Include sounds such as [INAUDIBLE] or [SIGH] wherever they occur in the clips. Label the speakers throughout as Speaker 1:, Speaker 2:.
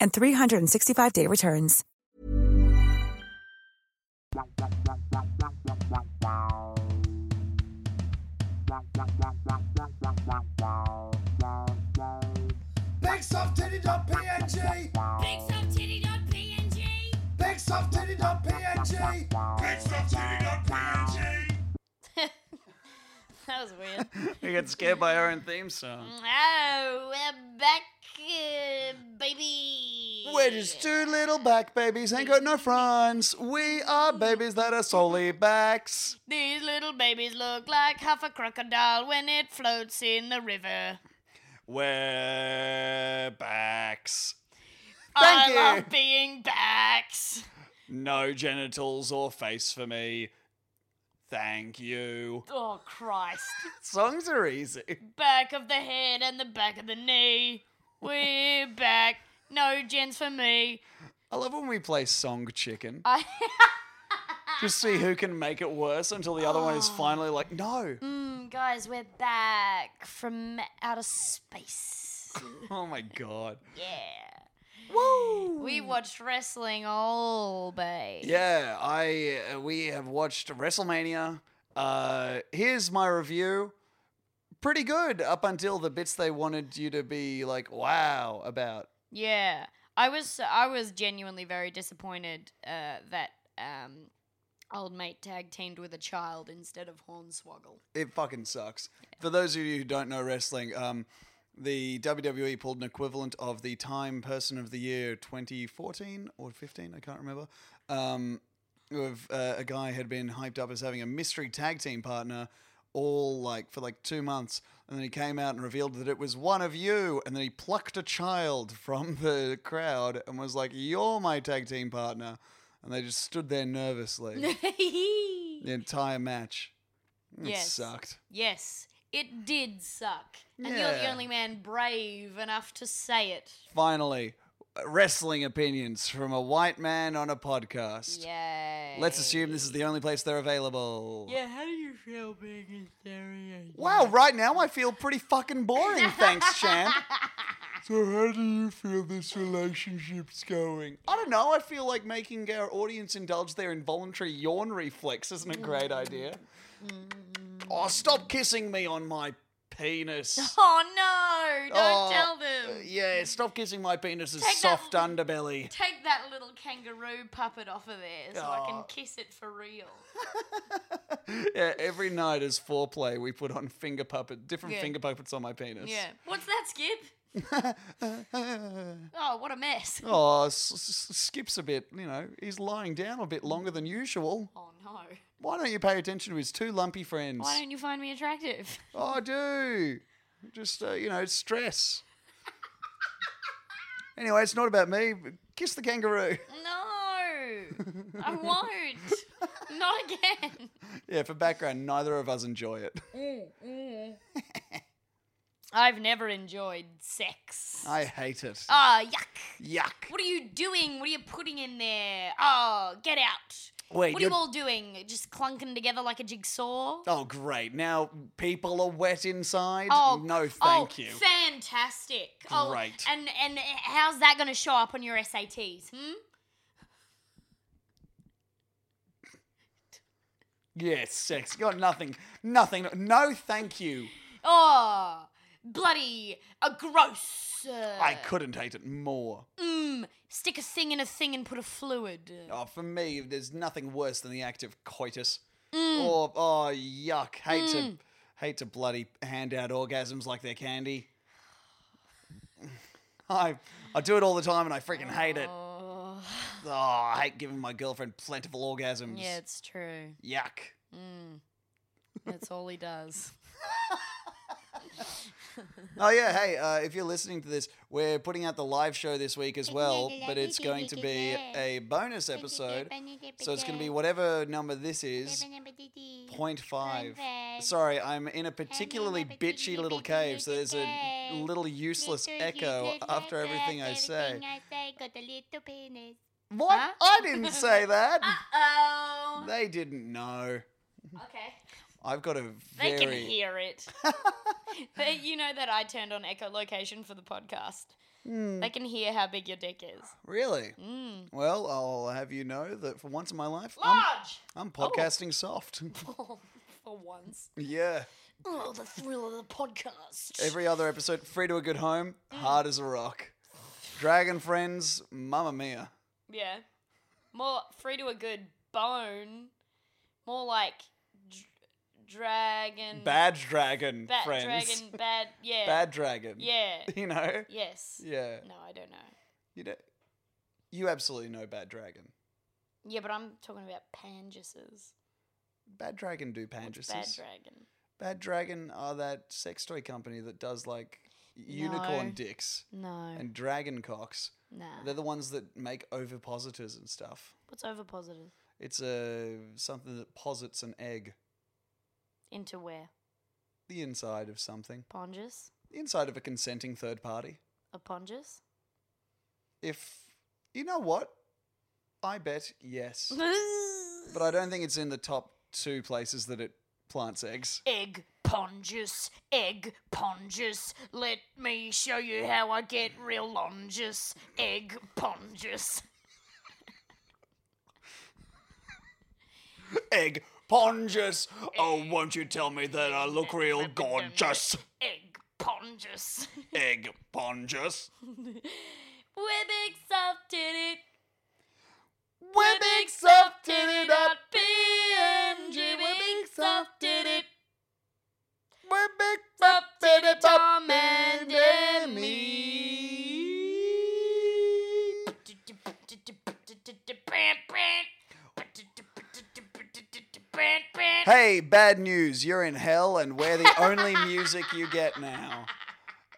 Speaker 1: and 365-day returns.
Speaker 2: Pigsofttitty.png
Speaker 3: Pigsofttitty.png.
Speaker 2: Pigsofttitty.png Pigsofttitty.png
Speaker 3: That was weird. [LAUGHS]
Speaker 4: [LAUGHS] We got scared by our own theme song.
Speaker 3: oh, we're back, uh, baby.
Speaker 4: We're just two little back babies, ain't got no fronts. We are babies that are solely backs.
Speaker 3: These little babies look like half a crocodile when it floats in the river.
Speaker 4: We're backs.
Speaker 3: I
Speaker 4: Thank you.
Speaker 3: love being backs.
Speaker 4: No genitals or face for me. Thank you.
Speaker 3: Oh, Christ.
Speaker 4: Songs are easy.
Speaker 3: back of the head and the back of the knee. We're back. No gents for me.
Speaker 4: I love when we play Song Chicken.
Speaker 3: I.
Speaker 4: Just see who can make it worse until the other one is finally like, no.
Speaker 3: Mm, guys, we're back from outer space. [LAUGHS]
Speaker 4: Oh my god.
Speaker 3: Yeah. Woo! We watched wrestling all day.
Speaker 4: Yeah, I uh, we have watched WrestleMania. Uh, here's my review. Pretty good up until the bits they wanted you to be like wow about.
Speaker 3: Yeah. I was I was genuinely very disappointed uh, that um, old mate tag teamed with a child instead of [LAUGHS] Hornswoggle.
Speaker 4: It fucking sucks. For those of you who don't know wrestling, um, the WWE pulled an equivalent of the Time Person of the Year 2014 or 15, I can't remember. Um, of uh, a guy had been hyped up as having a mystery tag team partner all like for like two months, and then he came out and revealed that it was one of you, and then he plucked a child from [LAUGHS] the crowd and was like, "You're my tag team partner," and they just stood
Speaker 3: [LAUGHS]
Speaker 4: there nervously the entire match. It
Speaker 3: Yes.
Speaker 4: sucked.
Speaker 3: yes, it did suck. And you're the
Speaker 4: Yeah.
Speaker 3: only man brave enough to say it.
Speaker 4: Finally, wrestling opinions from a white man on a podcast.
Speaker 3: Yay.
Speaker 4: Let's assume this is the only place they're available.
Speaker 3: Yeah, how do you feel being in stereo?
Speaker 4: Wow, right now I feel pretty
Speaker 3: [LAUGHS]
Speaker 4: fucking boring, thanks, Chan. So, how do you feel this relationship's going? I don't know. I feel like making our audience indulge their involuntary yawn reflex isn't a great idea.
Speaker 3: Mm.
Speaker 4: Oh, stop kissing me on my
Speaker 3: [LAUGHS]
Speaker 4: penis.
Speaker 3: Oh no! Don't
Speaker 4: Oh,
Speaker 3: tell them.
Speaker 4: Yeah, stop kissing my penis's
Speaker 3: Take that-
Speaker 4: soft underbelly.
Speaker 3: Take that little kangaroo puppet off of there so I can
Speaker 4: Oh.
Speaker 3: kiss it for real.
Speaker 4: Yeah, every night as foreplay, we put on finger puppet, different
Speaker 3: Yeah.
Speaker 4: finger puppets on my penis.
Speaker 3: Yeah. What's that, Skip? [LAUGHS] Oh, what a mess. Oh,
Speaker 4: Oh, s- s- skips a bit. You know, he's lying down a bit longer than usual.
Speaker 3: Oh, no.
Speaker 4: Why don't you pay attention to his two lumpy friends?
Speaker 3: Why don't you find me attractive?
Speaker 4: Oh, I do. Just uh, you know, it's stress. anyway, it's not about me. but Kiss the kangaroo. [LAUGHS]
Speaker 3: No. [LAUGHS] I won't. Not again.
Speaker 4: yeah, for background, neither of us enjoy it.
Speaker 3: I've never enjoyed sex.
Speaker 4: I hate it.
Speaker 3: Ah, yuck.
Speaker 4: Yuck.
Speaker 3: What are you doing? What are you putting in there? Oh, get out.
Speaker 4: Wait,
Speaker 3: what are you
Speaker 4: you're-
Speaker 3: all doing? Just clunking together like a jigsaw?
Speaker 4: Oh, great. Now people are wet inside. no,
Speaker 3: oh,
Speaker 4: thank you.
Speaker 3: Fantastic.
Speaker 4: Great.
Speaker 3: Oh, and and how's that going to show up on your SATs? Hmm?
Speaker 4: Yes, sex. Got nothing. Nothing. No, thank you.
Speaker 3: Oh, bloody, uh, gross. Uh,
Speaker 4: I couldn't hate it more.
Speaker 3: mm, stick a thing in a thing and put a fluid.
Speaker 4: Oh, for me, there's nothing worse than the act of coitus.
Speaker 3: Mm.
Speaker 4: Or oh yuck, hate to hate to bloody hand out orgasms like they're candy. [SIGHS] I I do it all the time and I freaking hate it. Oh,
Speaker 3: Oh,
Speaker 4: I hate giving my girlfriend plentiful orgasms.
Speaker 3: yeah, it's true.
Speaker 4: Yuck.
Speaker 3: That's all he does.
Speaker 4: Oh yeah, hey, uh, if you're listening to this, we're putting out the live show this week as well, but it's going to be a bonus episode. So it's going to be whatever number this is. Point five. Sorry, I'm in a particularly bitchy little cave, so there's a little useless echo after everything I say. What? I
Speaker 3: [LAUGHS]
Speaker 4: didn't say that.
Speaker 3: [LAUGHS] Oh.
Speaker 4: They didn't know.
Speaker 3: Okay.
Speaker 4: I've got a
Speaker 3: They
Speaker 4: very.
Speaker 3: can hear [LAUGHS] it. They- you know that I turned on echolocation for the podcast. They can hear how big your dick is.
Speaker 4: Really?
Speaker 3: Mm.
Speaker 4: Well, I'll have you know that for once in my life, I'm,
Speaker 3: Large!
Speaker 4: I'm podcasting soft. [LAUGHS]
Speaker 3: [LAUGHS] For once.
Speaker 4: yeah.
Speaker 3: Oh, the thrill of the podcast.
Speaker 4: Every other episode, free to a good home,
Speaker 3: Mm.
Speaker 4: hard as a rock. Dragon friends, mamma mia.
Speaker 3: yeah. More free to a good bone. More like dr- dragon.
Speaker 4: Bad dragon
Speaker 3: bad
Speaker 4: friends.
Speaker 3: Dragon, bad. Yeah.
Speaker 4: Bad dragon.
Speaker 3: [LAUGHS] Yeah.
Speaker 4: [LAUGHS] You know?
Speaker 3: Yes.
Speaker 4: [LAUGHS] Yeah.
Speaker 3: No, I don't know.
Speaker 4: You know. You absolutely know bad dragon.
Speaker 3: Yeah, but I'm talking about panguses.
Speaker 4: Bad dragon do
Speaker 3: What's
Speaker 4: panjuses.
Speaker 3: Bad dragon.
Speaker 4: Bad dragon are that sex toy company that does like
Speaker 3: No.
Speaker 4: unicorn dicks
Speaker 3: No.
Speaker 4: and dragon cocks.
Speaker 3: nah.
Speaker 4: They're the ones that make ovipositors and stuff.
Speaker 3: What's overpositive?
Speaker 4: It's a something that posits an egg,
Speaker 3: Into where?
Speaker 4: the inside of something,
Speaker 3: Pongus?
Speaker 4: the inside of a consenting third party.
Speaker 3: A pongus?
Speaker 4: If you know what, I bet yes, but I don't think it's in the top two places that it plants eggs.
Speaker 3: egg pongus. Egg pongus. Let me show you how I get real longus. Egg pongus.
Speaker 4: Egg pongus. Oh, won't you tell me that I look real gorgeous?
Speaker 3: Egg [LAUGHS] pongus.
Speaker 4: Egg pongus.
Speaker 3: We're big soft titty.
Speaker 4: We're big soft titted up PNG.
Speaker 3: We're
Speaker 4: We're
Speaker 3: big
Speaker 4: big
Speaker 3: soft
Speaker 4: soft
Speaker 3: titty.
Speaker 4: titted. We're big
Speaker 3: Soft titty
Speaker 4: titted
Speaker 3: Tom
Speaker 4: Tom
Speaker 3: and
Speaker 4: and Emmy.
Speaker 3: Hey.
Speaker 4: Hey, bad news. You're in hell, and we're the
Speaker 3: [LAUGHS]
Speaker 4: only music you get now.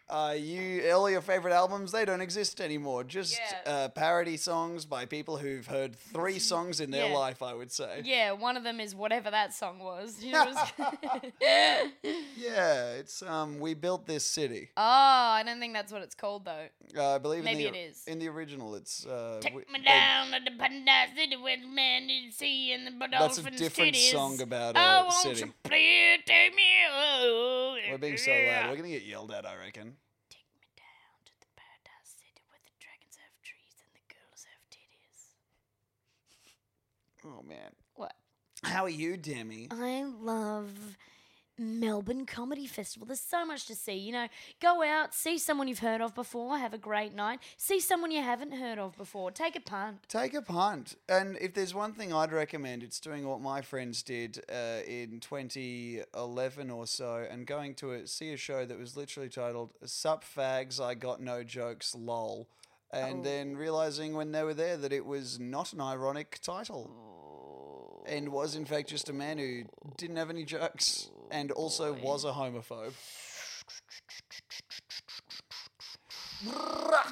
Speaker 4: Uh, you all your favorite albums they don't exist anymore. Just
Speaker 3: Yeah.
Speaker 4: uh, parody songs by people who've heard three songs in their
Speaker 3: Yeah.
Speaker 4: life. I would say.
Speaker 3: Yeah, one of them is whatever that song was. [LAUGHS] You know what it's-
Speaker 4: Yeah, it's um, we built this city.
Speaker 3: oh, I don't think that's what it's called though.
Speaker 4: Uh, I believe
Speaker 3: Maybe
Speaker 4: in the
Speaker 3: it is.
Speaker 4: in the original. It's uh,
Speaker 3: Take
Speaker 4: we-
Speaker 3: me
Speaker 4: they-
Speaker 3: down to the paradise city with men and sea and the
Speaker 4: That's a
Speaker 3: dolphins'
Speaker 4: different
Speaker 3: titties.
Speaker 4: song about,
Speaker 3: oh,
Speaker 4: uh,
Speaker 3: won't
Speaker 4: city.
Speaker 3: you please take me home?
Speaker 4: We're being so loud. We're gonna get yelled at. I reckon.
Speaker 3: Take me down to the paradise city where the dragons have trees and the girls have titties.
Speaker 4: Oh man,
Speaker 3: What?
Speaker 4: how are you, Demi?
Speaker 3: I love Melbourne Comedy Festival. There's so much to see. You know, go out, see someone you've heard of before, have a great night, see someone you haven't heard of before, take a punt.
Speaker 4: Take a punt. And if there's one thing I'd recommend, it's doing what my friends did uh, in 2011 or so and going to a, see a show that was literally titled Sup Fags, I Got No Jokes, LOL. And then realizing when they were there that it was not an ironic title. And was in fact just a man who didn't have any jokes and also was a homophobe.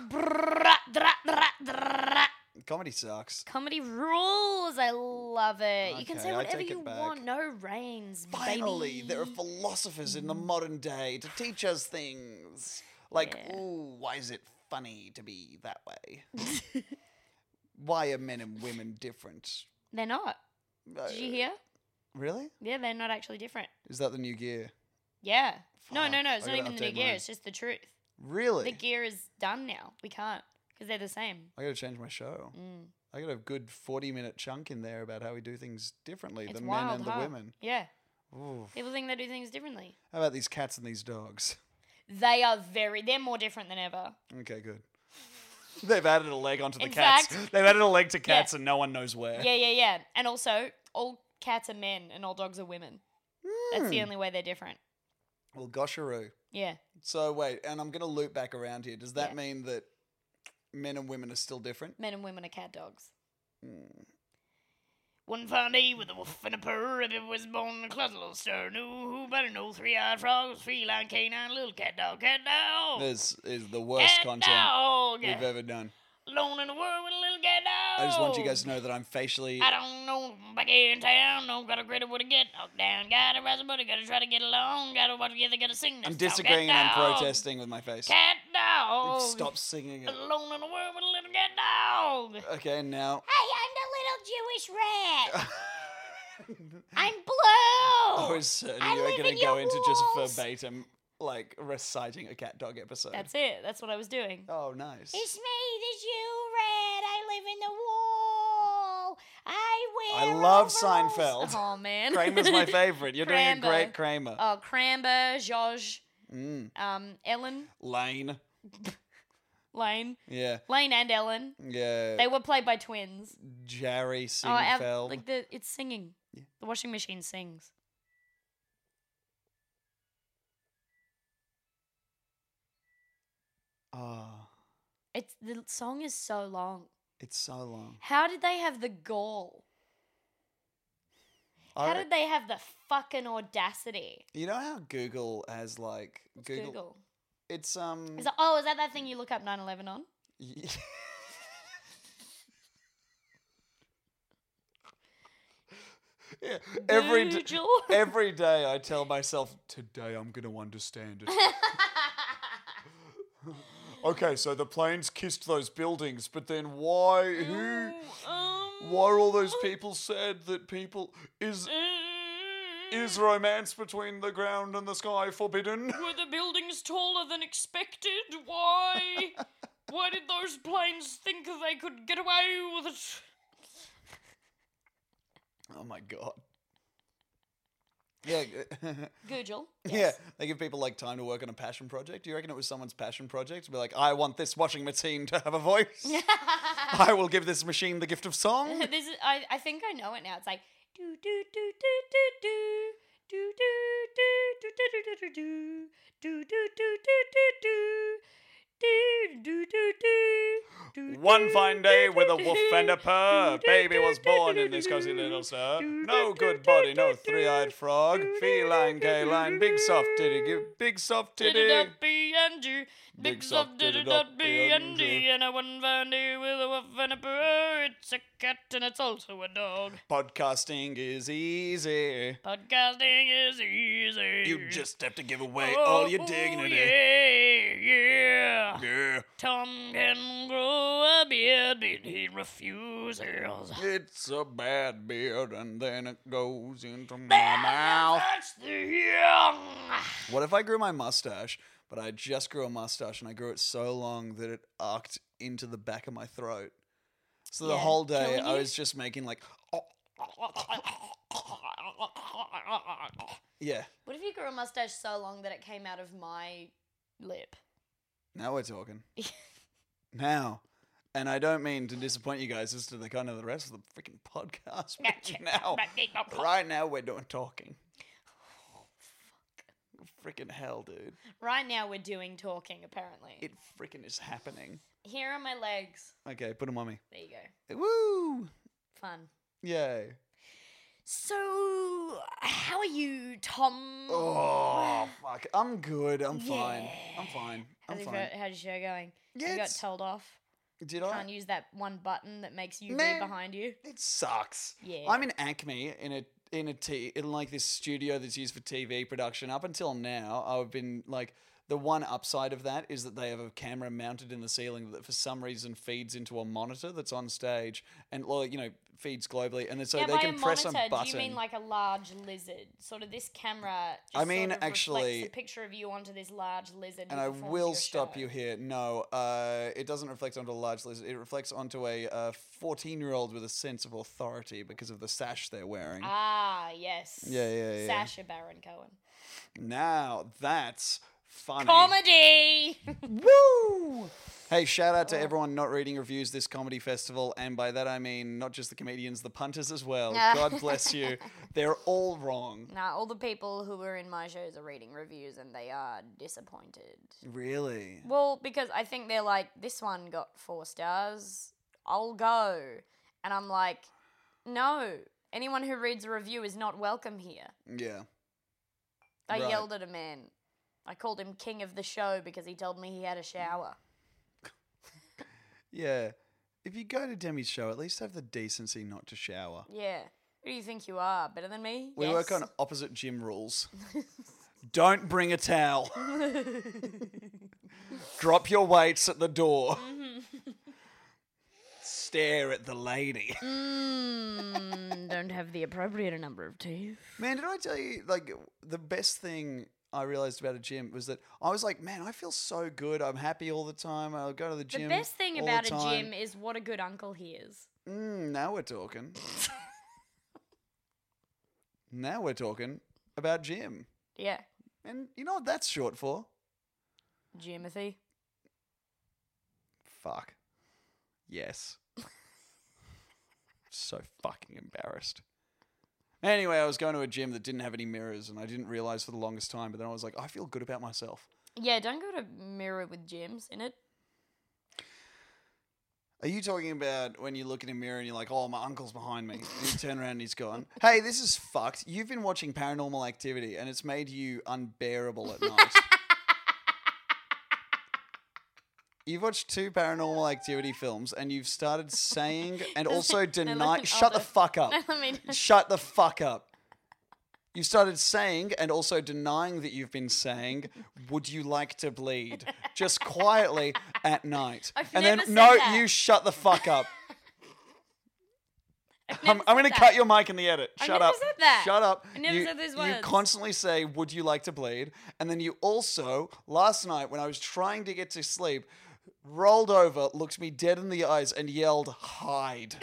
Speaker 3: Dra- dra- dra- dra.
Speaker 4: Comedy sucks.
Speaker 3: Comedy rules. I love it. you can
Speaker 4: Okay,
Speaker 3: say
Speaker 4: I
Speaker 3: whatever
Speaker 4: take it
Speaker 3: you
Speaker 4: back.
Speaker 3: want. No reins.
Speaker 4: Finally,
Speaker 3: baby.
Speaker 4: there are philosophers in the modern day to teach us things. Like, ooh, why is it funny to be that way? why are men and women different?
Speaker 3: They're not. [LAUGHS] Did you hear?
Speaker 4: Really?
Speaker 3: Yeah, they're not actually different.
Speaker 4: Is that the new gear?
Speaker 3: Yeah. no, no,
Speaker 4: Fuck,
Speaker 3: no. It's
Speaker 4: I
Speaker 3: not
Speaker 4: gotta
Speaker 3: even the new
Speaker 4: update
Speaker 3: gear.
Speaker 4: mine.
Speaker 3: It's just the truth.
Speaker 4: Really?
Speaker 3: The gear is done now. We can't because they're the same.
Speaker 4: I gotta change my show.
Speaker 3: Mm.
Speaker 4: I got a good 40 minute chunk in there about how we do things differently,
Speaker 3: It's
Speaker 4: the
Speaker 3: wild,
Speaker 4: men and the
Speaker 3: huh?
Speaker 4: women.
Speaker 3: Yeah. People think they do things differently.
Speaker 4: How about these cats and these dogs?
Speaker 3: They are very, they're more different than ever.
Speaker 4: [LAUGHS] Okay, good. They've added a leg onto the
Speaker 3: In
Speaker 4: cats.
Speaker 3: fact-
Speaker 4: They've added a leg to cats
Speaker 3: Yeah.
Speaker 4: and no one knows where.
Speaker 3: Yeah, yeah, yeah. And also, all cats are men and all dogs are women. That's
Speaker 4: Hmm.
Speaker 3: the only way they're different.
Speaker 4: Well, gosharoo.
Speaker 3: Yeah.
Speaker 4: So wait, and I'm going to loop back around here. Does that
Speaker 3: Yeah.
Speaker 4: mean that men and women are still different?
Speaker 3: Men and women are cat dogs. One fine day with a woof and a purr, Rabbit was born in a closet, little stir. Knew who better know three eyed frogs, feline canine, little cat dog, cat dog.
Speaker 4: This is the worst
Speaker 3: cat
Speaker 4: content
Speaker 3: dog.
Speaker 4: we've ever done.
Speaker 3: Alone in the world with a little cat dog.
Speaker 4: I just want you guys to know that I'm facially.
Speaker 3: I don't know, back here in town, no, gotta greater what to get knocked down, gotta rise above it, gotta try to get along, gotta work together, gotta sing this
Speaker 4: I'm
Speaker 3: song,
Speaker 4: disagreeing and
Speaker 3: cat
Speaker 4: I'm
Speaker 3: dog,
Speaker 4: protesting with my face.
Speaker 3: Cat dog.
Speaker 4: Stop singing it.
Speaker 3: Alone in the world with a little cat dog.
Speaker 4: Okay, now. [LAUGHS]
Speaker 3: Hey, I'm the little Jewish rat. I'm blue.
Speaker 4: [LAUGHS] I was certain
Speaker 3: I
Speaker 4: you were
Speaker 3: live
Speaker 4: going
Speaker 3: in
Speaker 4: to go
Speaker 3: your
Speaker 4: into just
Speaker 3: walls.
Speaker 4: verbatim, like reciting a cat dog episode.
Speaker 3: That's it. That's what I was doing.
Speaker 4: oh, nice.
Speaker 3: It's me, the Jew rat. I live in the wall. I wear.
Speaker 4: I love
Speaker 3: overalls.
Speaker 4: Seinfeld.
Speaker 3: [LAUGHS] Oh man, [LAUGHS]
Speaker 4: Kramer's my favorite. You're doing a
Speaker 3: Kramer.
Speaker 4: great Mm. Kramer.
Speaker 3: Oh, Cranber, Josh, um, Ellen,
Speaker 4: Lane.
Speaker 3: Lane,
Speaker 4: Yeah.
Speaker 3: Lane, and Ellen.
Speaker 4: Yeah.
Speaker 3: They were played by twins.
Speaker 4: Jerry
Speaker 3: Ab-
Speaker 4: Seinfeld.
Speaker 3: like the it's singing. The washing machine sings.
Speaker 4: oh,
Speaker 3: It's the song is so long.
Speaker 4: it's so long.
Speaker 3: How did they have the gall?
Speaker 4: I
Speaker 3: How
Speaker 4: re-
Speaker 3: did they have the fucking audacity?
Speaker 4: you know how Google has like Google,
Speaker 3: Google.
Speaker 4: It's um.
Speaker 3: Is that, oh, is that that thing you look up 9/11 on?
Speaker 4: [LAUGHS] Yeah, every d-
Speaker 3: Google. [LAUGHS]
Speaker 4: every day I tell myself today I'm gonna understand it.
Speaker 3: [LAUGHS]
Speaker 4: okay, so the planes kissed those buildings, but then why? Who? Why are all those people sad that people is is romance between the ground and the sky forbidden? [LAUGHS]
Speaker 3: Were the buildings taller than expected? Why? Why did those planes think they could get away with it?
Speaker 4: Oh my god. Yeah, g- [LAUGHS]
Speaker 3: Google.
Speaker 4: yeah. They give people like time to work on a passion project. Do you reckon it was someone's passion project? To be like, I want this washing machine to have a voice. I will give this machine the gift of song.
Speaker 3: [LAUGHS] this is, I, I think I know it now. It's like do do do do do do do do do do do do do do do do do do do do do do do do
Speaker 4: One fine day with a woof and a purr, baby was born in this cozy little sir. No good body, no three-eyed frog, feline, K-line, big soft titty, give- big soft titty.
Speaker 3: B&G, big soft did dot B&G, and a one fine day with a woof and a purr. It's a cat and it's also a dog.
Speaker 4: Podcasting is easy.
Speaker 3: Podcasting is easy. Oh,
Speaker 4: You just have to give away all your dignity.
Speaker 3: Yeah, yeah.
Speaker 4: Yeah.
Speaker 3: Tom can grow a beard, but he refuses.
Speaker 4: It's a bad beard, and then it goes into my mouth.
Speaker 3: That's the young.
Speaker 4: What if I grew my mustache, but I just grew a mustache and I grew it so long that it arced into the back of my throat? So the
Speaker 3: Yeah,
Speaker 4: whole day
Speaker 3: killing
Speaker 4: I
Speaker 3: you?
Speaker 4: was just making like, oh, yeah.
Speaker 3: What if you grew a mustache so long that it came out of my lip?
Speaker 4: Now
Speaker 3: [LAUGHS]
Speaker 4: we're talking. now. And I don't mean to disappoint you guys as to the kind of the rest of the freaking podcast. But now, right now, we're doing talking.
Speaker 3: Oh,
Speaker 4: Freaking hell, dude.
Speaker 3: Right now, we're doing talking, apparently.
Speaker 4: It freaking is happening.
Speaker 3: Here are my legs.
Speaker 4: Okay, put them on me.
Speaker 3: There you go.
Speaker 4: Woo!
Speaker 3: Fun.
Speaker 4: Yay.
Speaker 3: So, how are you, Tom?
Speaker 4: Oh, fuck. I'm good. I'm fine. I'm fine.
Speaker 3: How's
Speaker 4: I'm
Speaker 3: your,
Speaker 4: fine.
Speaker 3: how's your show going?
Speaker 4: Yeah,
Speaker 3: you got
Speaker 4: it's-
Speaker 3: told off.
Speaker 4: Did
Speaker 3: Can't
Speaker 4: I?
Speaker 3: use that one button that makes you
Speaker 4: Man.
Speaker 3: be behind you.
Speaker 4: It sucks.
Speaker 3: Yeah.
Speaker 4: I'm in Acme in a in a t in like this studio that's used for TV production. Up until now, I've been like the one upside of that is that they have a camera mounted in the ceiling that for some reason feeds into a monitor that's on stage and well, you know feeds globally and then so
Speaker 3: yeah,
Speaker 4: they
Speaker 3: by
Speaker 4: can
Speaker 3: a
Speaker 4: press
Speaker 3: monitor,
Speaker 4: a button.
Speaker 3: do you mean like a large lizard? Sort of this camera. Just
Speaker 4: I
Speaker 3: sort
Speaker 4: mean,
Speaker 3: of reflects
Speaker 4: actually-
Speaker 3: a picture of you onto this large lizard.
Speaker 4: and
Speaker 3: who
Speaker 4: I
Speaker 3: performs
Speaker 4: will
Speaker 3: your
Speaker 4: stop
Speaker 3: show.
Speaker 4: you here. No, uh, it doesn't reflect onto a large lizard. It reflects onto a uh, fourteen-year-old with a sense of authority because of the sash they're wearing.
Speaker 3: Ah, yes.
Speaker 4: Yeah, yeah, yeah.
Speaker 3: Sasha Baron Cohen.
Speaker 4: Now that's funny.
Speaker 3: Comedy.
Speaker 4: Woo! Hey, shout out to everyone not reading reviews this comedy festival, and by that I mean not just the comedians, the punters as well. God
Speaker 3: [LAUGHS]
Speaker 4: bless you. They're all wrong.
Speaker 3: nah, all the people who were in my shows are reading reviews and they are disappointed.
Speaker 4: Really?
Speaker 3: Well, because I think they're like, this one got four stars. I'll go. And I'm like, no. Anyone who reads a review is not welcome here.
Speaker 4: Yeah.
Speaker 3: I
Speaker 4: Right.
Speaker 3: yelled at a man. I called him king of the show because he told me he had a shower.
Speaker 4: Yeah. If you go to Demi's show, at least have the decency not to shower.
Speaker 3: Yeah. Who do you think you are? Better than me?
Speaker 4: We
Speaker 3: Yes.
Speaker 4: work on opposite
Speaker 3: [LAUGHS]
Speaker 4: gym rules. Don't bring a towel. Drop your weights at the door.
Speaker 3: Mm-hmm.
Speaker 4: Stare at the lady.
Speaker 3: Mm, don't have the appropriate number of teeth.
Speaker 4: Man, did I tell you, like, the best thing I realized about a gym was that I was like, man, I feel so good. I'm happy all the time. I'll go to the
Speaker 3: The
Speaker 4: gym.
Speaker 3: best thing
Speaker 4: all
Speaker 3: about
Speaker 4: the
Speaker 3: a
Speaker 4: time.
Speaker 3: gym is what a good uncle he is.
Speaker 4: Mm, now
Speaker 3: [LAUGHS]
Speaker 4: we're talking. now we're talking about gym.
Speaker 3: Yeah.
Speaker 4: And you know what that's short for?
Speaker 3: Jimothy.
Speaker 4: Fuck. Yes. [LAUGHS] so fucking embarrassed. Anyway, I was going to a gym that didn't have any mirrors and I didn't realize for the longest time, but then I was like, I feel good about myself.
Speaker 3: Yeah, don't go to mirror with gyms in it. [LAUGHS]
Speaker 4: Are you talking about when you look in a mirror and you're like, oh, my uncle's behind me? And you turn around and he's gone. Hey, this is fucked. You've been watching paranormal activity and it's made you unbearable at night. You've watched two paranormal activity films and you've
Speaker 3: [LAUGHS]
Speaker 4: started saying and also denying.
Speaker 3: me-
Speaker 4: Shut the
Speaker 3: I'll do-
Speaker 4: fuck up.
Speaker 3: [LAUGHS] let me do-
Speaker 4: Shut the fuck up. You started saying and also denying that you've been saying, Would you like
Speaker 3: [LAUGHS]
Speaker 4: to bleed? Just quietly at night.
Speaker 3: I've
Speaker 4: and
Speaker 3: never
Speaker 4: then,
Speaker 3: said
Speaker 4: No,
Speaker 3: that."
Speaker 4: you shut the
Speaker 3: [LAUGHS]
Speaker 4: fuck up. I'm,
Speaker 3: never
Speaker 4: I'm going
Speaker 3: said
Speaker 4: to
Speaker 3: that.
Speaker 4: cut your mic in the edit.
Speaker 3: I
Speaker 4: Shut
Speaker 3: never
Speaker 4: up.
Speaker 3: said that.
Speaker 4: Shut up.
Speaker 3: I never
Speaker 4: you,
Speaker 3: said those
Speaker 4: You
Speaker 3: words.
Speaker 4: constantly say, Would you like to bleed? And then you also, last night when I was trying to get to sleep, rolled over, looked me dead in the eyes, and yelled,
Speaker 3: [LAUGHS]
Speaker 4: Hide.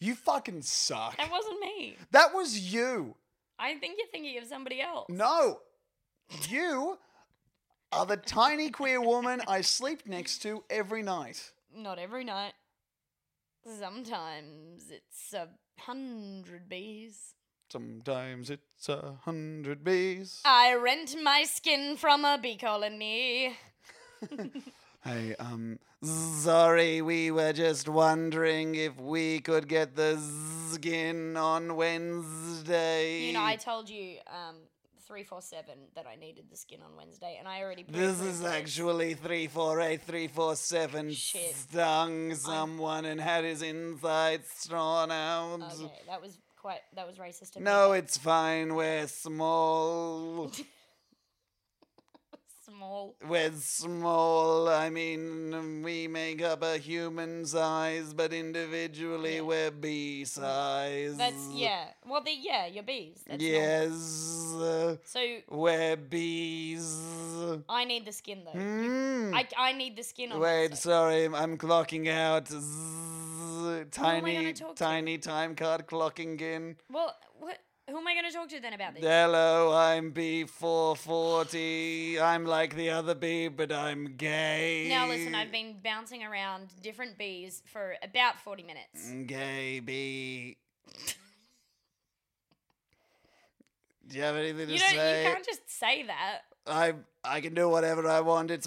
Speaker 4: you fucking suck.
Speaker 3: That wasn't me.
Speaker 4: That was you.
Speaker 3: I think you're thinking of somebody else.
Speaker 4: No. You are the tiny queer woman I sleep next to every night.
Speaker 3: Not every night. Sometimes it's a hundred bees.
Speaker 4: Sometimes it's a hundred bees.
Speaker 3: I rent my skin from a bee colony.
Speaker 4: Hey, um, sorry, we were just wondering if we could get the skin on Wednesday.
Speaker 3: You know, I told you um, 347 that I needed the skin on Wednesday, and I already.
Speaker 4: This
Speaker 3: pre-approved
Speaker 4: is
Speaker 3: it.
Speaker 4: actually 348347
Speaker 3: Shit.
Speaker 4: stung someone and had his insides torn out.
Speaker 3: Okay, that was quite. That was racist. of me,
Speaker 4: No,
Speaker 3: but
Speaker 4: it's fine.
Speaker 3: [LAUGHS]
Speaker 4: We're small.
Speaker 3: small.
Speaker 4: We're small. I mean, we make up a human size, but individually we're bee size.
Speaker 3: That's yeah. Well, they yeah, your bees. That's normal.
Speaker 4: yes, uh,
Speaker 3: So
Speaker 4: we're bees.
Speaker 3: I need the skin though.
Speaker 4: Mm.
Speaker 3: I, I need the skin on.
Speaker 4: Wait,
Speaker 3: Wednesday.
Speaker 4: sorry, I'm clocking out. Zzz,
Speaker 3: am I
Speaker 4: Tiny,
Speaker 3: gonna talk to?
Speaker 4: tiny time card clocking in.
Speaker 3: Well, what? Who am I going to talk to then about this?
Speaker 4: Hello, I'm B440. I'm like the other bee, but I'm gay.
Speaker 3: Now listen, I've been bouncing around different bees for about forty minutes.
Speaker 4: Mm, Gay bee. Do you have anything to
Speaker 3: You don't.
Speaker 4: say?
Speaker 3: You can't just say that.
Speaker 4: I I can do whatever I want. It's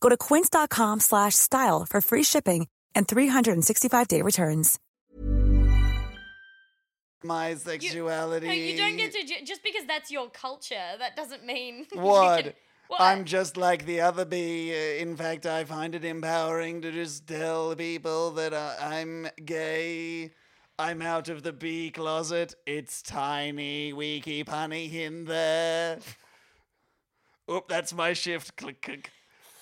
Speaker 1: Go to quince.com slash style for free shipping and 365-day returns.
Speaker 4: My
Speaker 3: You-
Speaker 4: sexuality.
Speaker 3: No, you don't get to ju- just because that's your culture. That doesn't mean [LAUGHS] you
Speaker 4: What?
Speaker 3: can- uh, what?
Speaker 4: I'm just like the other bee. Uh, In fact, I find it empowering to just tell people that uh, I'm gay. I'm out of the bee closet. It's tiny. We keep honey in there. [LAUGHS] Oop, that's my shift. Click, click.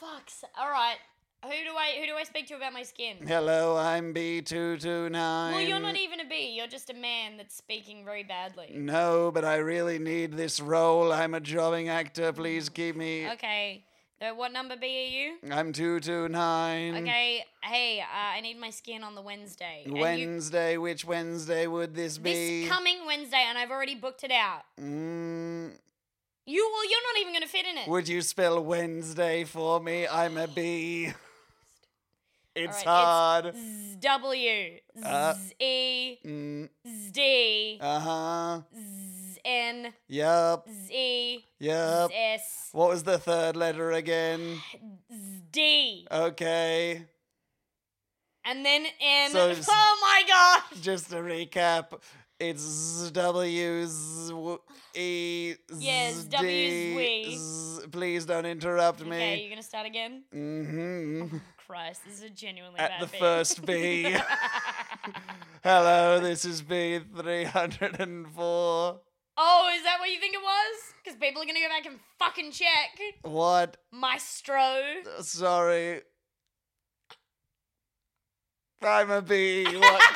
Speaker 3: Fucks. All right. Who do I who do I speak to about my
Speaker 4: [LAUGHS]
Speaker 3: skin?
Speaker 4: Hello, I'm B229.
Speaker 3: Well, you're not e- even a bee. You're just a man that's speaking very badly.
Speaker 4: No, but I really need this role. I'm a jobbing actor. Please keep me.
Speaker 3: Okay. So what number bee are you?
Speaker 4: I'm 229.
Speaker 3: Okay. Hey, uh, I need my skin on the Wednesday. And you-
Speaker 4: Wednesday, which Wednesday would this be?
Speaker 3: this coming Wednesday, and I've already booked it out.
Speaker 4: Mm,
Speaker 3: You well, you're not even gonna fit in it.
Speaker 4: would you spell Wednesday for me? I'm a bee. It's
Speaker 3: All right,
Speaker 4: hard.
Speaker 3: It's W
Speaker 4: Uh,
Speaker 3: Z E
Speaker 4: Mm,
Speaker 3: Z D
Speaker 4: uh huh.
Speaker 3: Z N
Speaker 4: Yup.
Speaker 3: Z E
Speaker 4: Yup.
Speaker 3: Z S
Speaker 4: What was the third letter again?
Speaker 3: Z D,
Speaker 4: Okay.
Speaker 3: and then N. [LAUGHS]
Speaker 4: So it's-
Speaker 3: oh my god!
Speaker 4: Just to recap, it's W Z E Z.
Speaker 3: Yes, W's we.
Speaker 4: Z- Please don't interrupt
Speaker 3: Okay,
Speaker 4: me.
Speaker 3: you're gonna start again.
Speaker 4: Mm-hmm.
Speaker 3: Christ, this is a genuinely
Speaker 4: At
Speaker 3: bad
Speaker 4: the
Speaker 3: bee.
Speaker 4: first
Speaker 3: [LAUGHS]
Speaker 4: bee. Hello, this is B three hundred and four.
Speaker 3: oh, is that what you think it was? Because people are gonna go back and fucking check.
Speaker 4: What?
Speaker 3: Maestro.
Speaker 4: Sorry. I'm a bee.
Speaker 3: [LAUGHS]
Speaker 4: What?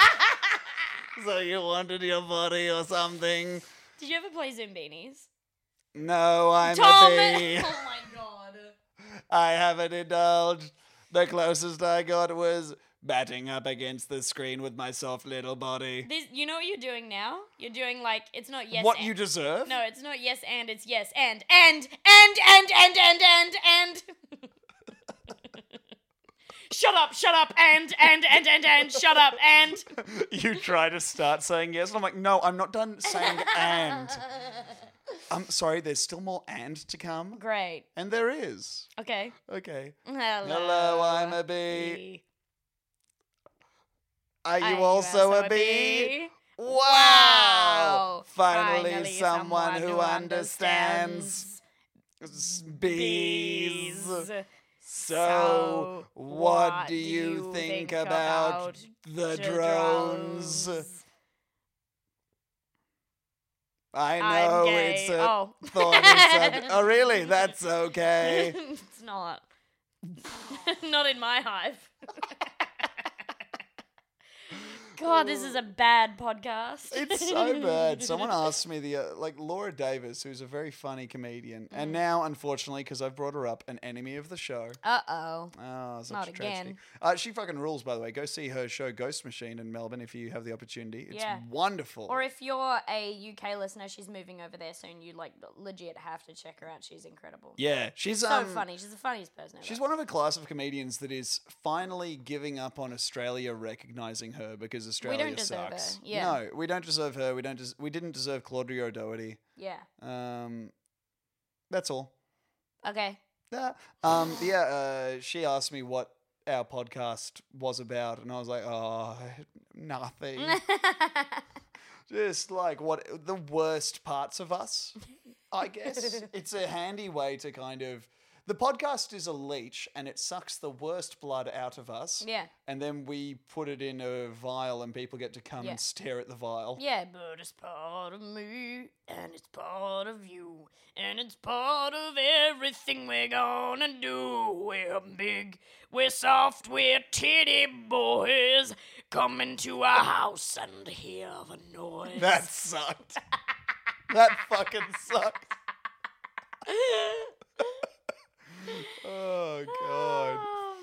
Speaker 4: so you wanted your body or something?
Speaker 3: Did you ever play Zumbinis?
Speaker 4: No, I'm
Speaker 3: Tom.
Speaker 4: a bee.
Speaker 3: Oh [LAUGHS] my god.
Speaker 4: I haven't indulged. The closest I got was batting up against the screen with my soft little body.
Speaker 3: This, you know what you're doing now? You're doing like it's not yes.
Speaker 4: what
Speaker 3: and.
Speaker 4: you deserve?
Speaker 3: No, it's not yes and it's yes and and and and and and and and. [LAUGHS] shut up! Shut up! And and and and and shut up and.
Speaker 4: you try to start saying yes, and I'm like, no, I'm not done saying [LAUGHS] and. I'm sorry, there's still more and to come.
Speaker 3: Great.
Speaker 4: And there is.
Speaker 3: Okay.
Speaker 4: Okay.
Speaker 3: Hello.
Speaker 4: Hello, I'm a bee. Are you also, a, bee? Wow!
Speaker 3: Wow.
Speaker 4: Finally, someone, who understands s- bees.
Speaker 3: bees.
Speaker 4: So, what do you think about the drones? I
Speaker 3: I'm
Speaker 4: know
Speaker 3: gay.
Speaker 4: it's a
Speaker 3: Oh.
Speaker 4: [LAUGHS] thorny subject. Oh, really? That's okay.
Speaker 3: [LAUGHS]
Speaker 4: [LAUGHS]
Speaker 3: it's not. [LAUGHS] not in my hive. [LAUGHS] God, this is a bad podcast.
Speaker 4: It's so
Speaker 3: [LAUGHS]
Speaker 4: bad. [LAUGHS] Someone asked me the uh, like Laura Davis, who's a very funny comedian, and now unfortunately because I've brought her up, an enemy of the show.
Speaker 3: Uh oh.
Speaker 4: Oh, such
Speaker 3: Not
Speaker 4: a tragedy.
Speaker 3: again.
Speaker 4: Uh, she fucking rules, by the way. Go see her show Ghost Machine in Melbourne if you have the opportunity. It's
Speaker 3: Yeah.
Speaker 4: wonderful.
Speaker 3: Or if you're a UK listener, she's moving over there soon. You like legit have to check her out. She's incredible.
Speaker 4: yeah, she's
Speaker 3: So
Speaker 4: um,
Speaker 3: funny. She's the funniest person. Ever.
Speaker 4: She's one of a class of comedians that is finally giving up on Australia recognizing her because Australia
Speaker 3: deserve her,
Speaker 4: sucks.
Speaker 3: yeah.
Speaker 4: No, we don't deserve her. We don't. Des- we didn't deserve Claudia O'Doherty.
Speaker 3: Yeah.
Speaker 4: Um, that's all.
Speaker 3: Okay.
Speaker 4: Yeah. Um, yeah, uh, she asked me what our podcast was about, and I was like, oh,
Speaker 3: [LAUGHS]
Speaker 4: nothing. Just like what the worst parts of us,
Speaker 3: [LAUGHS]
Speaker 4: I guess. it's a handy way to kind of. The podcast is a leech and it sucks the worst blood out of us.
Speaker 3: Yeah.
Speaker 4: And then we put it in a vial and people get to come
Speaker 3: Yeah.
Speaker 4: and stare at the vial.
Speaker 3: Yeah, but it's part of me, and it's part of you, and it's part of everything we're gonna do. We're big, we're soft, we're titty boys. Come into our house and hear the noise.
Speaker 4: That sucked. that fucking sucked. Oh god.
Speaker 3: Oh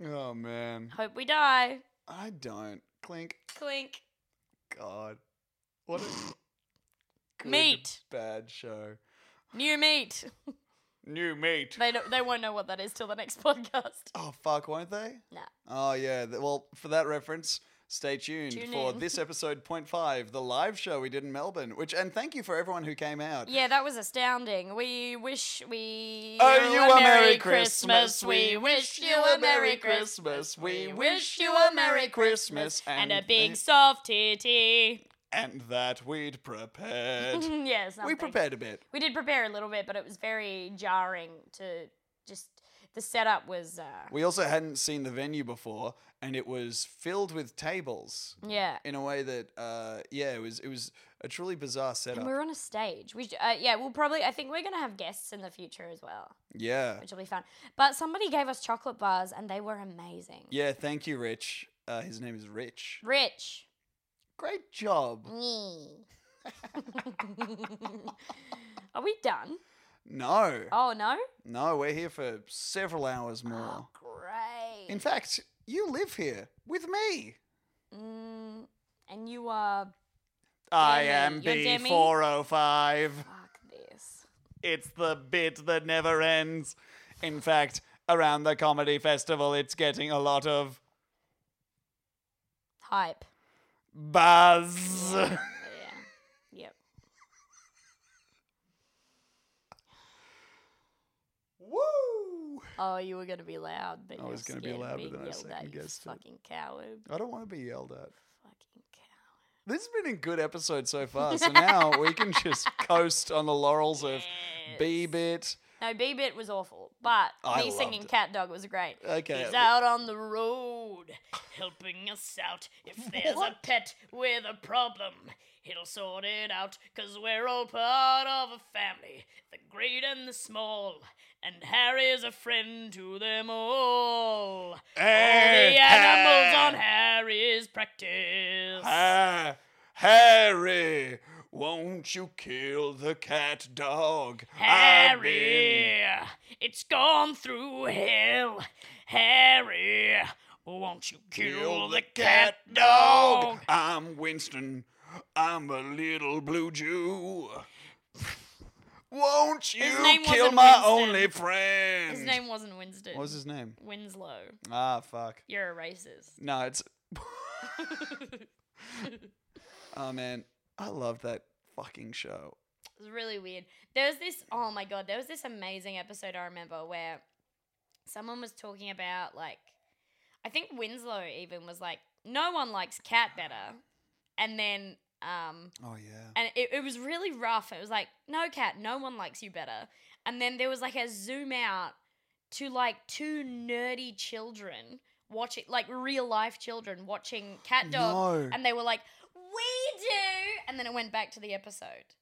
Speaker 3: man.
Speaker 4: Oh man.
Speaker 3: Hope we die.
Speaker 4: I don't. Clink.
Speaker 3: Clink.
Speaker 4: God. What a good
Speaker 3: Meat.
Speaker 4: bad show.
Speaker 3: New meat.
Speaker 4: New meat.
Speaker 3: They don't, they won't know what that is till the next [LAUGHS] podcast.
Speaker 4: Oh fuck, won't they?
Speaker 3: Nah.
Speaker 4: Oh yeah. th- Well, for that reference, stay tuned
Speaker 3: Tune
Speaker 4: for
Speaker 3: in.
Speaker 4: this episode point five, the live show we did in Melbourne. Which and thank you for everyone who came out.
Speaker 3: Yeah, that was astounding. We wish we
Speaker 4: Oh, you a Merry Christmas. We wish you a Merry Christmas. We wish you a Merry Christmas
Speaker 3: and,
Speaker 4: and
Speaker 3: a
Speaker 4: a-
Speaker 3: big soft titty.
Speaker 4: And that we'd [LAUGHS] prepared.
Speaker 3: yes,
Speaker 4: we prepared a bit.
Speaker 3: We did prepare a little bit, but it was very jarring to just the setup was. Uh,
Speaker 4: We also hadn't seen the venue before, and it was filled with tables
Speaker 3: yeah,
Speaker 4: in a way that, uh, yeah, it was it was a truly bizarre setup.
Speaker 3: and we're on a stage. We j- uh, yeah, we'll probably. I think we're gonna have guests in the future as well,
Speaker 4: yeah,
Speaker 3: which will be fun. But somebody gave us chocolate bars, and they were amazing.
Speaker 4: yeah. Thank you, Rich. Uh, his name is Rich.
Speaker 3: Rich.
Speaker 4: [LAUGHS]
Speaker 3: [LAUGHS]
Speaker 4: Great job.
Speaker 3: Me. Are we done?
Speaker 4: No,
Speaker 3: Oh no!
Speaker 4: no, we're here for several hours more.
Speaker 3: Great.
Speaker 4: In fact, you live here with me.
Speaker 3: Mm, and you are.
Speaker 4: I am
Speaker 3: Demi, you're Demi?
Speaker 4: B405.
Speaker 3: Fuck this.
Speaker 4: It's the bit that never ends. In fact, around the comedy festival, it's getting a lot of
Speaker 3: Hype.
Speaker 4: buzz. [LAUGHS]
Speaker 3: Yep.
Speaker 4: Woo!
Speaker 3: Oh, you were gonna be loud, but
Speaker 4: I
Speaker 3: you
Speaker 4: was
Speaker 3: gonna
Speaker 4: gonna be loud, but then
Speaker 3: at,
Speaker 4: I
Speaker 3: you
Speaker 4: second-guessed it.
Speaker 3: fucking coward,
Speaker 4: I don't want to be yelled at.
Speaker 3: fucking coward.
Speaker 4: This has been a good episode so far,
Speaker 3: [LAUGHS]
Speaker 4: so now we can just coast on the laurels of B bit.
Speaker 3: No, B bit was awful, but
Speaker 4: I
Speaker 3: me singing
Speaker 4: loved it.
Speaker 3: Cat Dog was great.
Speaker 4: Okay.
Speaker 3: He's out on the
Speaker 4: [LAUGHS]
Speaker 3: road, helping us out. If there's a pet with a problem, he'll sort it out. Cause we're all part of a family, the great and the small. And Harry's a friend to them all. all
Speaker 4: Hey,
Speaker 3: the animals
Speaker 4: hey.
Speaker 3: on Harry's practice.
Speaker 4: Ah, Harry, won't you kill the cat dog? I've been-
Speaker 3: Harry, it's gone through hell. Harry, won't you kill, the cat, dog?
Speaker 4: I'm Winston. I'm a little blue Jew. Won't you
Speaker 3: name
Speaker 4: kill
Speaker 3: wasn't
Speaker 4: my
Speaker 3: Winston.
Speaker 4: only friend?
Speaker 3: His name wasn't Winston.
Speaker 4: What was his name?
Speaker 3: Winslow.
Speaker 4: Ah, fuck.
Speaker 3: You're a racist.
Speaker 4: No,
Speaker 3: [LAUGHS]
Speaker 4: it's. oh man, I love that fucking show.
Speaker 3: It was really weird. There was this, oh my God, there was this amazing episode I remember where someone was talking about, like, I think Winslow even was like, no one likes cat better. And then, um,
Speaker 4: Oh yeah.
Speaker 3: and it, it was really rough. It was like, no, cat, no one likes you better. And then there was like a zoom out to like two nerdy children watching, like real life children watching Cat Dog,
Speaker 4: No.
Speaker 3: and they were like, we do, and then it went back to the episode,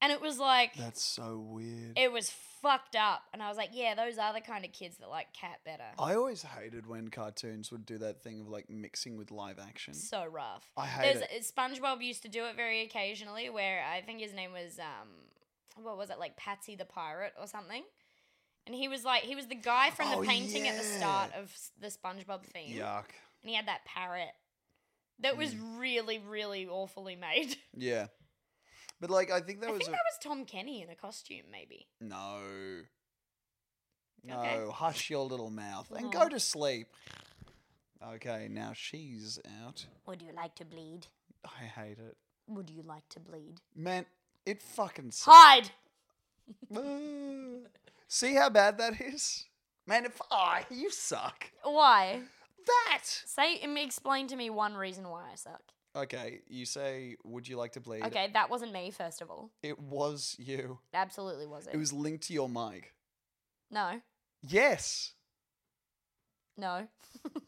Speaker 3: and it was like,
Speaker 4: That's so weird.
Speaker 3: it was fucked up, and I was like, yeah, those are the kind of kids that like Cat better.
Speaker 4: I always hated when cartoons would do that thing of like mixing with live action.
Speaker 3: so rough.
Speaker 4: I hate
Speaker 3: There's, SpongeBob used to do it very occasionally, where I think his name was um, what was it like Patsy the Pirate or something, and he was like he was the guy from
Speaker 4: Oh,
Speaker 3: the painting at the
Speaker 4: yeah.
Speaker 3: start of s- the SpongeBob theme,
Speaker 4: Yuck.
Speaker 3: and he had that parrot that was
Speaker 4: Mm.
Speaker 3: really really awfully made.
Speaker 4: Yeah. But like, I think [LAUGHS] that
Speaker 3: I
Speaker 4: was
Speaker 3: think
Speaker 4: a,
Speaker 3: that was Tom Kenny in a costume, maybe.
Speaker 4: no. No,
Speaker 3: Okay.
Speaker 4: hush your little mouth and go to sleep. Okay, now she's out.
Speaker 3: Would you like to bleed?
Speaker 4: I hate it.
Speaker 3: Would you like to bleed?
Speaker 4: Man, it fucking sucks.
Speaker 3: Hide.
Speaker 4: Uh, [LAUGHS] See how bad that is? Man, if I, you suck.
Speaker 3: Why?
Speaker 4: That!
Speaker 3: Say, um, explain to me one reason why I suck.
Speaker 4: Okay, you say, would you like to bleed?
Speaker 3: Okay, that wasn't me. First of all,
Speaker 4: It was you.
Speaker 3: it absolutely wasn't.
Speaker 4: It was linked to your mic.
Speaker 3: no.
Speaker 4: Yes!
Speaker 3: No. [LAUGHS]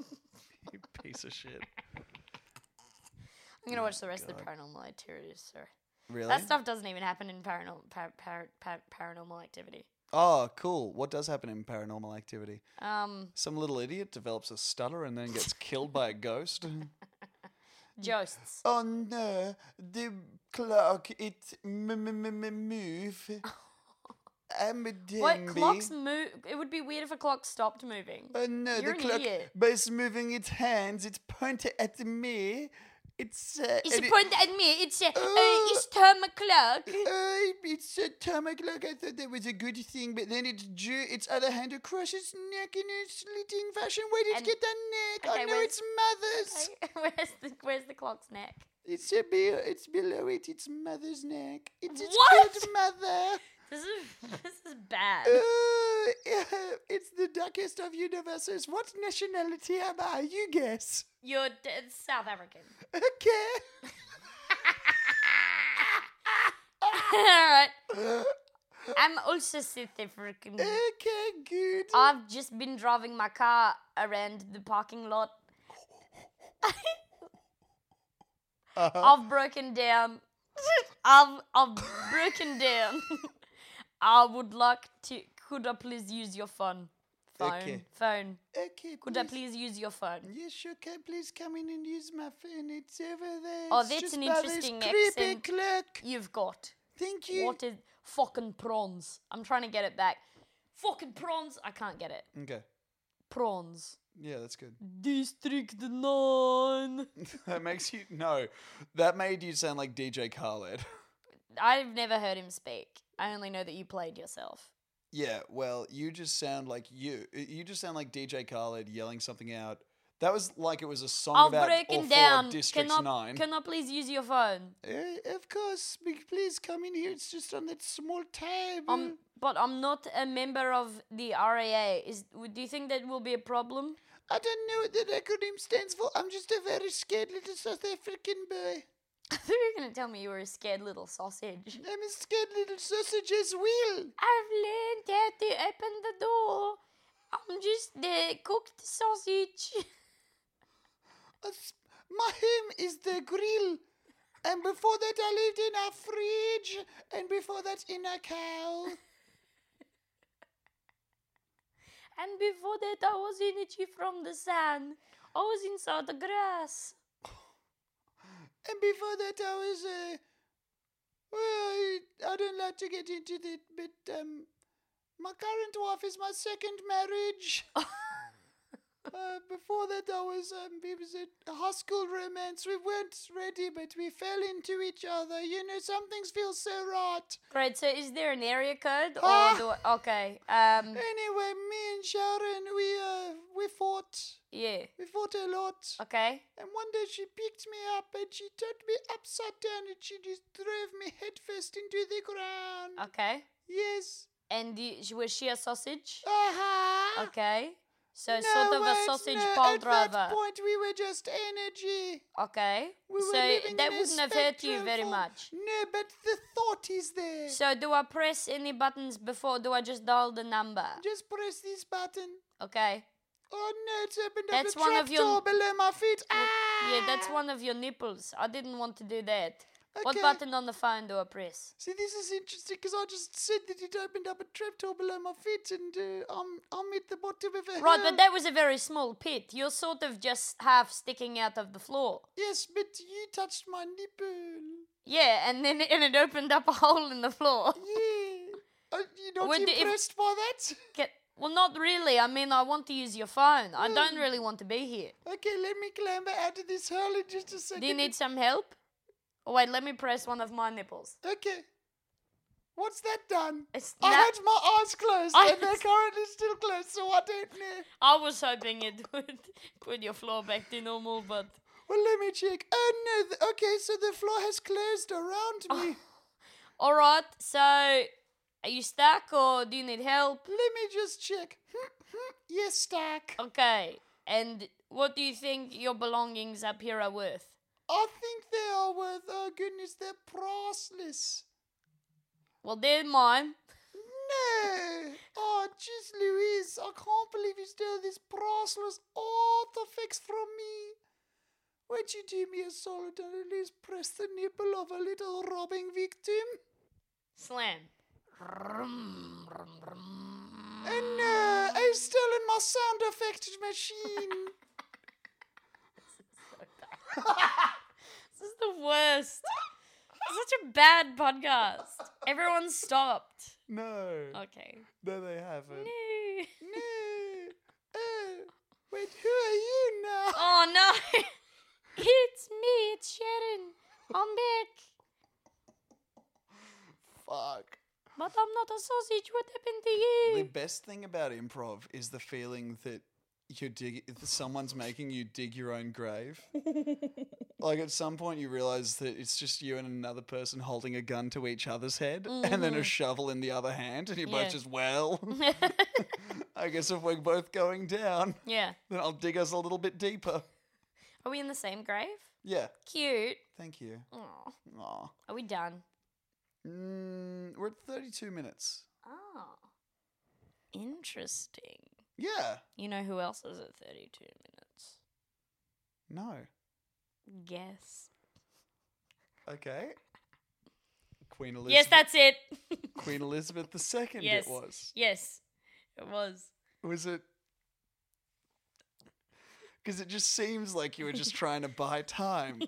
Speaker 4: You piece of shit.
Speaker 3: I'm gonna watch the rest of the Paranormal Activity. Sorry,
Speaker 4: Oh Really?
Speaker 3: that stuff doesn't even happen in paranormal par- par- par- Paranormal Activity.
Speaker 4: Oh, cool. What does happen in paranormal activity?
Speaker 3: Um,
Speaker 4: Some little idiot develops a stutter and then
Speaker 3: [LAUGHS]
Speaker 4: gets killed by a ghost.
Speaker 3: Mm-hmm. ghosts. [LAUGHS]
Speaker 4: oh no, the clock, it m- m- m- m- move. Amidimby.
Speaker 3: What clocks move? It would be weird if a clock stopped moving.
Speaker 4: Oh no,
Speaker 3: You're
Speaker 4: the
Speaker 3: an
Speaker 4: clock [LAUGHS]
Speaker 3: idiot.
Speaker 4: is moving its hands. It's pointed at me. It's uh,
Speaker 3: It's
Speaker 4: and it-
Speaker 3: pointed at me. It's a, uh,
Speaker 4: Oh.
Speaker 3: it's time
Speaker 4: [LAUGHS]
Speaker 3: o'clock. [LAUGHS]
Speaker 4: Uh, it's a time o'clock. I thought that was a good thing, but then it's drew its other hand across its neck in a slitting fashion. Where did it
Speaker 3: And-
Speaker 4: get that neck?
Speaker 3: okay,
Speaker 4: oh no,
Speaker 3: where's-
Speaker 4: it's mother's.
Speaker 3: where's the where's the clock's neck?
Speaker 4: It's a be- It's below it. It's mother's neck. It's its
Speaker 3: What?
Speaker 4: good mother.
Speaker 3: This
Speaker 4: [LAUGHS]
Speaker 3: is this is bad.
Speaker 4: Uh, [LAUGHS] it's the darkest of universes. What nationality am I? You guess. [LAUGHS]
Speaker 3: You're d- it's South African. [LAUGHS]
Speaker 4: Okay.
Speaker 3: All right.
Speaker 4: [LAUGHS]
Speaker 3: I'm also South African.
Speaker 4: Okay, good.
Speaker 3: I've just been driving my car around the parking lot. I've broken down. I've I've broken down. I would like to. Could I please use your phone? Phone.
Speaker 4: Okay.
Speaker 3: Phone.
Speaker 4: okay,
Speaker 3: Could I please use your phone?
Speaker 4: Yes, sure. Can please come in and use my phone? It's over there.
Speaker 3: Oh,
Speaker 4: It's
Speaker 3: that's
Speaker 4: just
Speaker 3: an
Speaker 4: by this
Speaker 3: interesting
Speaker 4: creepy
Speaker 3: accent.
Speaker 4: clerk.
Speaker 3: You've got.
Speaker 4: Thank you.
Speaker 3: What is fucking prawns? I'm trying to get it back. Fucking prawns. I can't get it.
Speaker 4: Okay.
Speaker 3: Prawns.
Speaker 4: Yeah, that's good. [LAUGHS]
Speaker 3: District nine.
Speaker 4: that makes you no. That made you sound like DJ Khaled. [LAUGHS]
Speaker 3: I've never heard him speak. I only know that you played yourself.
Speaker 4: yeah. Well, you just sound like you. You just sound like DJ Khaled yelling something out. That was like it was a song
Speaker 3: I've
Speaker 4: about or
Speaker 3: broken
Speaker 4: for
Speaker 3: down.
Speaker 4: District
Speaker 3: Can I,
Speaker 4: Nine.
Speaker 3: can I please use your phone?
Speaker 4: Uh, of course, be- please come in here. It's just on that small table.
Speaker 3: Um, but I'm not a member of the RAA. Is would- do you think that will be a problem? [LAUGHS]
Speaker 4: I don't know what that acronym stands for. I'm just a very scared little South African boy.
Speaker 3: I thought you were gonna tell me you were a scared little sausage.
Speaker 4: I'm a scared little sausage as well.
Speaker 3: I've learned how to open the door. I'm just the cooked sausage. [LAUGHS]
Speaker 4: Us- My home is the grill. And before that, I lived in a fridge. And before that, in a cow.
Speaker 3: And before that, I was in itchy from the sun. I was inside the grass.
Speaker 4: And before that, I was Uh, well, I- I don't like to get into that, but um, my current wife is my second marriage. Uh, before that, I was um, it was a high school romance. We weren't ready, but we fell into each other. You know, some things feel so right.
Speaker 3: Great. So, is there an area code or
Speaker 4: Ah.
Speaker 3: do I, okay?
Speaker 4: [LAUGHS]
Speaker 3: Um,
Speaker 4: Anyway, me and Sharon, we uh, we fought.
Speaker 3: yeah.
Speaker 4: We fought a lot.
Speaker 3: Okay.
Speaker 4: And one day she picked me up and she turned me upside down and she just drove me headfirst into the ground.
Speaker 3: Okay.
Speaker 4: Yes.
Speaker 3: And you, sh- was she a sausage?
Speaker 4: Uh huh.
Speaker 3: Okay. So
Speaker 4: No,
Speaker 3: sort of a
Speaker 4: wait,
Speaker 3: sausage
Speaker 4: no,
Speaker 3: pile
Speaker 4: At that
Speaker 3: driver.
Speaker 4: point, we were just energy.
Speaker 3: Okay.
Speaker 4: We were
Speaker 3: so
Speaker 4: living
Speaker 3: that
Speaker 4: in a
Speaker 3: wouldn't have hurt you
Speaker 4: spectrum
Speaker 3: very
Speaker 4: form.
Speaker 3: much.
Speaker 4: No, but the thought is there.
Speaker 3: So do I press any buttons before? Do I just dial the number?
Speaker 4: just press this button.
Speaker 3: Okay.
Speaker 4: Oh no, it's opened up
Speaker 3: That's
Speaker 4: a
Speaker 3: one
Speaker 4: trapdoor
Speaker 3: of your-
Speaker 4: below my feet. Ah!
Speaker 3: Yeah, that's one of your nipples. I didn't want to do that. What
Speaker 4: Okay.
Speaker 3: button on the phone do I press?
Speaker 4: See, this is interesting because I just said that it opened up a trapdoor below my feet, and uh, I'm I'm at the bottom of a
Speaker 3: Right,
Speaker 4: hill.
Speaker 3: but that was a very small pit. You're sort of just half sticking out of the floor.
Speaker 4: Yes, but you touched my nipple.
Speaker 3: Yeah, and then and it opened up a hole in the floor.
Speaker 4: Yeah. Are you not
Speaker 3: Would- if-
Speaker 4: impressed by that? [LAUGHS]
Speaker 3: Get- well, not really. I mean, I want to use your phone. I don't really want to be here.
Speaker 4: Okay, let me clamber out of this hole in just a second.
Speaker 3: Do you need some help? Oh, wait, let me press one of my nipples.
Speaker 4: Okay. What's that done?
Speaker 3: It's
Speaker 4: I
Speaker 3: not-
Speaker 4: had my eyes closed,
Speaker 3: I- [LAUGHS]
Speaker 4: and they're currently still closed, so I don't know.
Speaker 3: I was hoping it [LAUGHS] would put your floor back to normal, but
Speaker 4: Well, let me check. Oh no! th- okay, so the floor has closed
Speaker 3: Oh.
Speaker 4: around me.
Speaker 3: all right. So, are you stuck or do you need help?
Speaker 4: Let me just check. Hmm,
Speaker 3: Oh,
Speaker 4: yes, Stark.
Speaker 3: Okay. And what do you think your belongings up here are worth?
Speaker 4: I think they are worth. Oh goodness, they're priceless.
Speaker 3: Well, they're mine.
Speaker 4: No! Oh, jeez, Louise, I can't believe you stole this priceless artifacts from me. Won't you do me a solid and at least press the nipple of a little robbing victim?
Speaker 3: Slam.
Speaker 4: And no, I've stolen my sound effect
Speaker 3: [LAUGHS]
Speaker 4: machine.
Speaker 3: This is the worst. Such a bad podcast. Everyone stopped.
Speaker 4: No.
Speaker 3: Okay.
Speaker 4: No, they haven't.
Speaker 3: No.
Speaker 4: No. Oh, wait, who are you now?
Speaker 3: Oh no! it's me, it's Sharon. I'm back.
Speaker 4: Fuck.
Speaker 3: But I'm not a sausage. What happened to
Speaker 4: The
Speaker 3: you?
Speaker 4: best thing about improv is the feeling that you're dig- someone's making you dig your own
Speaker 3: [LAUGHS]
Speaker 4: grave. like at some point, you realize that it's just you and another person holding a gun to each other's head, and then a shovel in the other hand, and you're
Speaker 3: Mm-hmm. Yeah.
Speaker 4: both
Speaker 3: [LAUGHS]
Speaker 4: just well. [LAUGHS] I guess if we're both going down,
Speaker 3: [LAUGHS] Yeah.
Speaker 4: then I'll dig us a little bit deeper.
Speaker 3: Are we in the same grave?
Speaker 4: Yeah.
Speaker 3: Cute.
Speaker 4: Thank you.
Speaker 3: Aw.
Speaker 4: Aw.
Speaker 3: Are we done?
Speaker 4: Mm, we're at 32 minutes.
Speaker 3: Oh. Interesting.
Speaker 4: Yeah.
Speaker 3: You know who else is at 32 minutes?
Speaker 4: No.
Speaker 3: Guess.
Speaker 4: Okay. Queen Elizabeth.
Speaker 3: Yes, that's
Speaker 4: [LAUGHS]
Speaker 3: it.
Speaker 4: Queen Elizabeth
Speaker 3: [LAUGHS]
Speaker 4: II.
Speaker 3: yes.
Speaker 4: It was.
Speaker 3: Yes. It was.
Speaker 4: Was it? Because it just seems like you were just trying to buy
Speaker 3: [LAUGHS]
Speaker 4: time.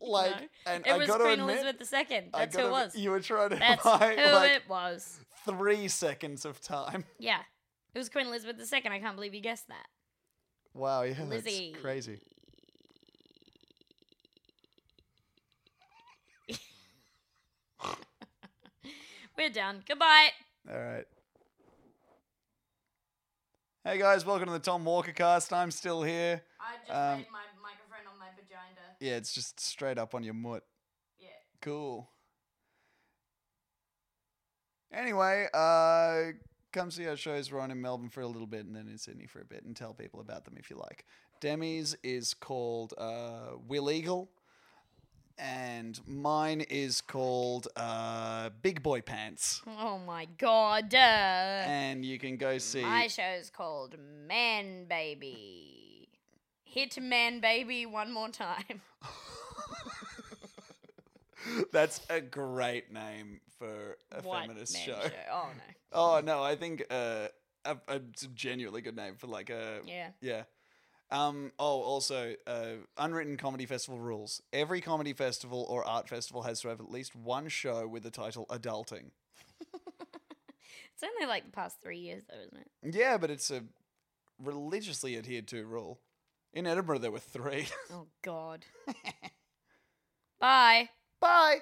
Speaker 4: Like,
Speaker 3: No.
Speaker 4: and
Speaker 3: it
Speaker 4: I
Speaker 3: was
Speaker 4: gotta
Speaker 3: Queen
Speaker 4: admit,
Speaker 3: Elizabeth II.
Speaker 4: I
Speaker 3: That's who it
Speaker 4: gotta
Speaker 3: was.
Speaker 4: admit, [LAUGHS] You were trying to
Speaker 3: That's who
Speaker 4: buy like
Speaker 3: it was.
Speaker 4: three seconds of time. [LAUGHS]
Speaker 3: Yeah. It was Queen Elizabeth II. I can't believe you guessed that.
Speaker 4: Wow, yeah,
Speaker 3: Lizzie.
Speaker 4: that's crazy.
Speaker 3: [LAUGHS] We're done. Goodbye.
Speaker 4: All right. Hey guys, welcome to the Tom Walker Cast. I'm still here.
Speaker 3: I just
Speaker 4: Um,
Speaker 3: laid my microphone on my vagina.
Speaker 4: Yeah, it's just straight up on your mutt.
Speaker 3: Yeah.
Speaker 4: Cool. Anyway, uh, come see our shows. We're on in Melbourne for a little bit and then in Sydney for a bit and tell people about them if you like. Demi's is called uh, Will Eagle and mine is called uh, Big Boy Pants.
Speaker 3: Oh my god. Uh,
Speaker 4: And you can go see.
Speaker 3: my show's called Man Baby. Hit Man Baby one more time.
Speaker 4: [LAUGHS] That's a great name for [LAUGHS] a
Speaker 3: What
Speaker 4: feminist
Speaker 3: man
Speaker 4: show.
Speaker 3: Oh no.
Speaker 4: Oh no, I think uh, a, a genuinely good name for like a
Speaker 3: Yeah.
Speaker 4: yeah. Um, oh, also, uh, unwritten comedy festival rules. Every comedy festival or art festival has to have at least one show with the title "Adulting."
Speaker 3: It's only like the past three years though, isn't it?
Speaker 4: Yeah, but it's a religiously adhered to rule. In Edinburgh, there were three.
Speaker 3: Oh
Speaker 4: [LAUGHS]
Speaker 3: god. Bye.
Speaker 4: Bye.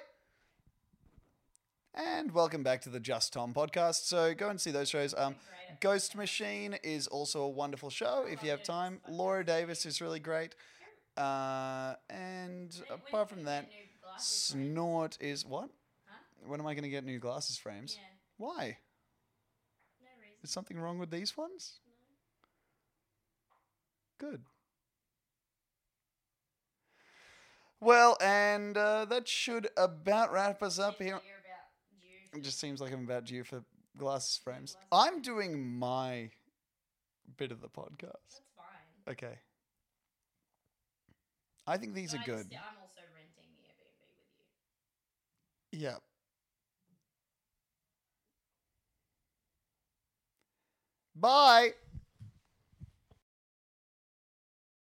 Speaker 4: And welcome back to the Just Tom podcast. So go and see those shows. Um, Ghost Machine is also a wonderful show if you have time. Laura Davis is really great. Uh, and apart from that, Snort is what? When am I going to get new glasses frames? Why? Is something wrong with these ones? Good. Well, and uh, that should about wrap us up here. It just seems like I'm about due for glasses frames. I'm doing my bit of the podcast. That's fine. Okay. I think these are good.
Speaker 3: I'm also renting Airbnb with you.
Speaker 4: Yeah. Bye.